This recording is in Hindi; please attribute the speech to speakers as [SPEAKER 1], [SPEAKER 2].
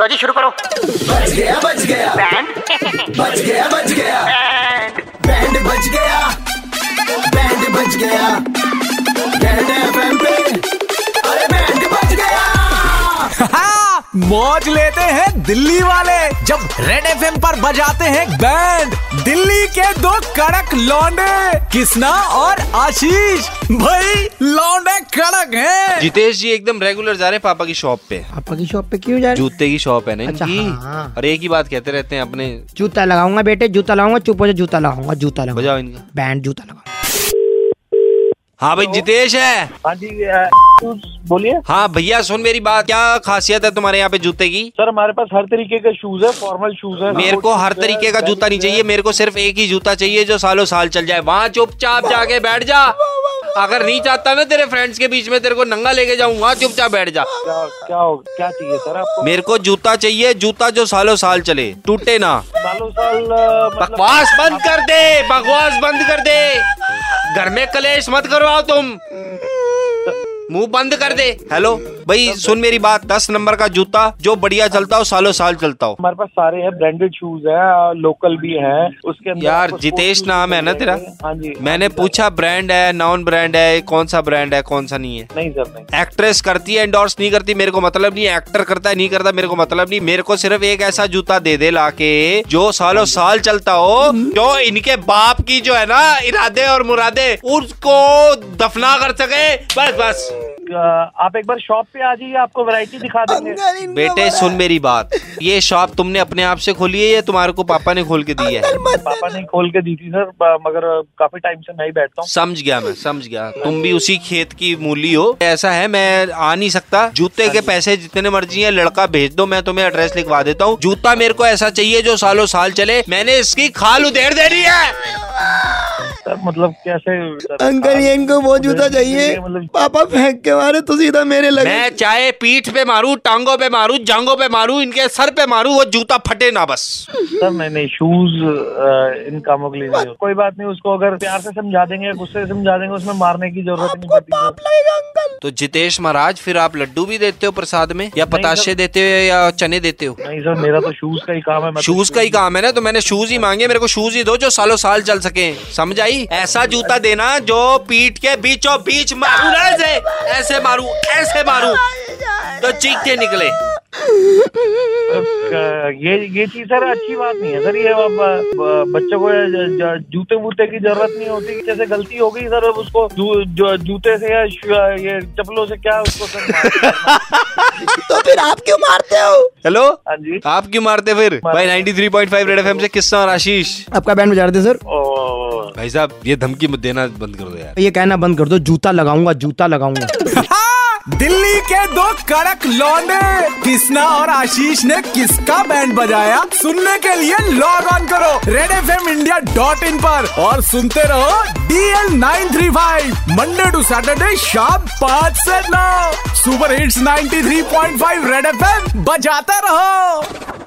[SPEAKER 1] लो जी तो शुरू करो
[SPEAKER 2] बच गया बच गया
[SPEAKER 1] बैंड
[SPEAKER 2] बच गया बच गया
[SPEAKER 1] बैंड
[SPEAKER 2] बैंड बच गया बैंड बच गया बैंड एफएम पे अरे बैंड बच गया
[SPEAKER 3] हाँ, मौज लेते हैं दिल्ली वाले जब रेड एफ पर बजाते हैं बैंड दिल्ली के दो कड़क लौंडे किसना और आशीष भाई लौंडे कड़क हैं
[SPEAKER 4] जितेश जी एकदम रेगुलर जा रहे हैं पापा की शॉप पे
[SPEAKER 5] पापा की शॉप पे क्यों जा रहे
[SPEAKER 4] जूते की शॉप है ना
[SPEAKER 5] अच्छा,
[SPEAKER 4] इनकी
[SPEAKER 5] हाँ।
[SPEAKER 4] और एक ही बात कहते रहते हैं अपने
[SPEAKER 5] जूता लगाऊंगा बेटे जूता लगाऊंगा चुप हो जा जूता लगाऊंगा जूता लगाऊंगा
[SPEAKER 4] बजाओ इनका
[SPEAKER 5] बैंड जूता लगाऊंगा
[SPEAKER 4] हाँ
[SPEAKER 5] तो-
[SPEAKER 4] भाई जितेश है
[SPEAKER 6] हाँ जी अ, बोलिए
[SPEAKER 4] हाँ भैया सुन मेरी बात क्या खासियत है तुम्हारे यहाँ पे जूते की
[SPEAKER 6] सर तो हाँ, हमारे पास हर तरीके के शूज है फॉर्मल शूज है
[SPEAKER 4] मेरे को हर तरीके का जूता नहीं चाहिए मेरे को सिर्फ एक ही जूता चाहिए जो सालों साल चल जाए वहाँ चुपचाप जाके बैठ जा अगर नहीं चाहता ना तेरे फ्रेंड्स के बीच में तेरे को नंगा लेके जाऊँ वहाँ चुपचाप बैठ जा
[SPEAKER 6] क्या क्या हो क्या चाहिए सर आपको
[SPEAKER 4] मेरे को जूता चाहिए जूता जो सालों साल चले टूटे ना
[SPEAKER 6] सालों साल अ, मतलब
[SPEAKER 4] बकवास बंद कर दे बकवास बंद कर दे घर में कलेश मत करवाओ तुम मुंह बंद कर दे हेलो भाई सुन मेरी बात दस नंबर का जूता जो बढ़िया चलता हो सालों साल चलता हो
[SPEAKER 6] हमारे पास सारे हैं ब्रांडेड शूज हैं लोकल भी हैं उसके अंदर
[SPEAKER 4] यार
[SPEAKER 6] आपको sports
[SPEAKER 4] जितेश
[SPEAKER 6] shoes
[SPEAKER 4] नाम है ना
[SPEAKER 6] मिल
[SPEAKER 4] तेरा
[SPEAKER 6] जाएंगे। हाँ जी
[SPEAKER 4] मैंने पूछा ब्रांड है नॉन ब्रांड है कौन सा ब्रांड है कौन सा नहीं है
[SPEAKER 6] नहीं सर नहीं
[SPEAKER 4] एक्ट्रेस करती है एंडोर्स नहीं करती मेरे को मतलब नहीं एक्टर करता है नहीं करता मेरे को मतलब नहीं मेरे को सिर्फ एक ऐसा जूता दे दे लाके जो सालों साल चलता हो जो इनके बाप की जो है ना इरादे और मुरादे उसको दफना कर सके बस बस
[SPEAKER 6] अ, आप एक बार शॉप पे आ जाइए आपको वैरायटी दिखा देंगे
[SPEAKER 4] बेटे सुन मेरी बात ये शॉप तुमने अपने आप से खोली है या तुम्हारे को पापा ने खोल के दी है
[SPEAKER 6] पापा ने खोल के दी थी सर ब- मगर अ, काफी टाइम से नहीं बैठता हूँ
[SPEAKER 4] समझ गया मैं समझ गया तुम भी उसी खेत की मूली हो ऐसा है मैं आ नहीं सकता जूते के पैसे जितने मर्जी है लड़का भेज दो मैं तुम्हें एड्रेस लिखवा देता हूँ जूता मेरे को ऐसा चाहिए जो सालों साल चले मैंने इसकी खाल उधेड़ देनी है
[SPEAKER 6] सर मतलब कैसे सर,
[SPEAKER 7] अच्छा। अंकल ये इनको वो जूता
[SPEAKER 6] मुझे-
[SPEAKER 7] चाहिए
[SPEAKER 6] मुझे मतलब-
[SPEAKER 7] पापा फेंक के मारे तो सीधा मेरे लगे
[SPEAKER 4] मैं चाहे पीठ पे मारू टांगों पे मारू जांघों पे मारू इनके सर पे मारू वो जूता फटे ना बस
[SPEAKER 6] सर नहीं नहीं शूज इन कामों के लिए नहीं होते। कोई बात नहीं उसको अगर प्यार से समझा देंगे गुस्से से समझा देंगे उसमें मारने की जरूरत नहीं पड़ती सर।
[SPEAKER 4] तो जितेश महाराज फिर आप लड्डू भी देते हो प्रसाद में या पताशे देते हो या चने देते हो
[SPEAKER 6] नहीं सर मेरा तो शूज का ही काम है मैं तो
[SPEAKER 4] शूज का ही काम है ना तो मैंने शूज ही मांगे मेरे को शूज ही दो जो सालों साल चल सके समझ आई ऐसा जूता देना जो पीठ के बीचों बीच मारू ना ऐसे ऐसे मारू ऐसे मारू तो चीखते निकले
[SPEAKER 6] मतलब, अ, ये ये चीज सर अच्छी बात नहीं है सर ये अब अ, ब- बच्चों को ज- ज- जूते वूते की जरूरत नहीं होती जैसे गलती हो गई सर अब उसको जू- जो- जूते से या शू- ये चप्पलों से क्या उसको सर मार-
[SPEAKER 7] तो फिर आप क्यों मारते हो
[SPEAKER 4] हेलो
[SPEAKER 6] हाँ जी
[SPEAKER 4] आप क्यों मारते फिर भाई 93.5 रेड एफएम से किस्सा और आशीष
[SPEAKER 5] आपका बैंड बजा रहे थे सर
[SPEAKER 6] ओ
[SPEAKER 4] भाई साहब ये धमकी मत देना बंद कर दो यार
[SPEAKER 5] ये कहना बंद कर दो जूता लगाऊंगा जूता लगाऊंगा
[SPEAKER 3] हाँ, दिल्ली के दो कड़क लौंडे किसना और आशीष ने किसका बैंड बजाया सुनने के लिए लॉग ऑन करो Red F M India dot in पर और सुनते रहो DL nine three five Monday to Saturday शाम पाँच से नौ super hits 93.5 Red F M बजाते रहो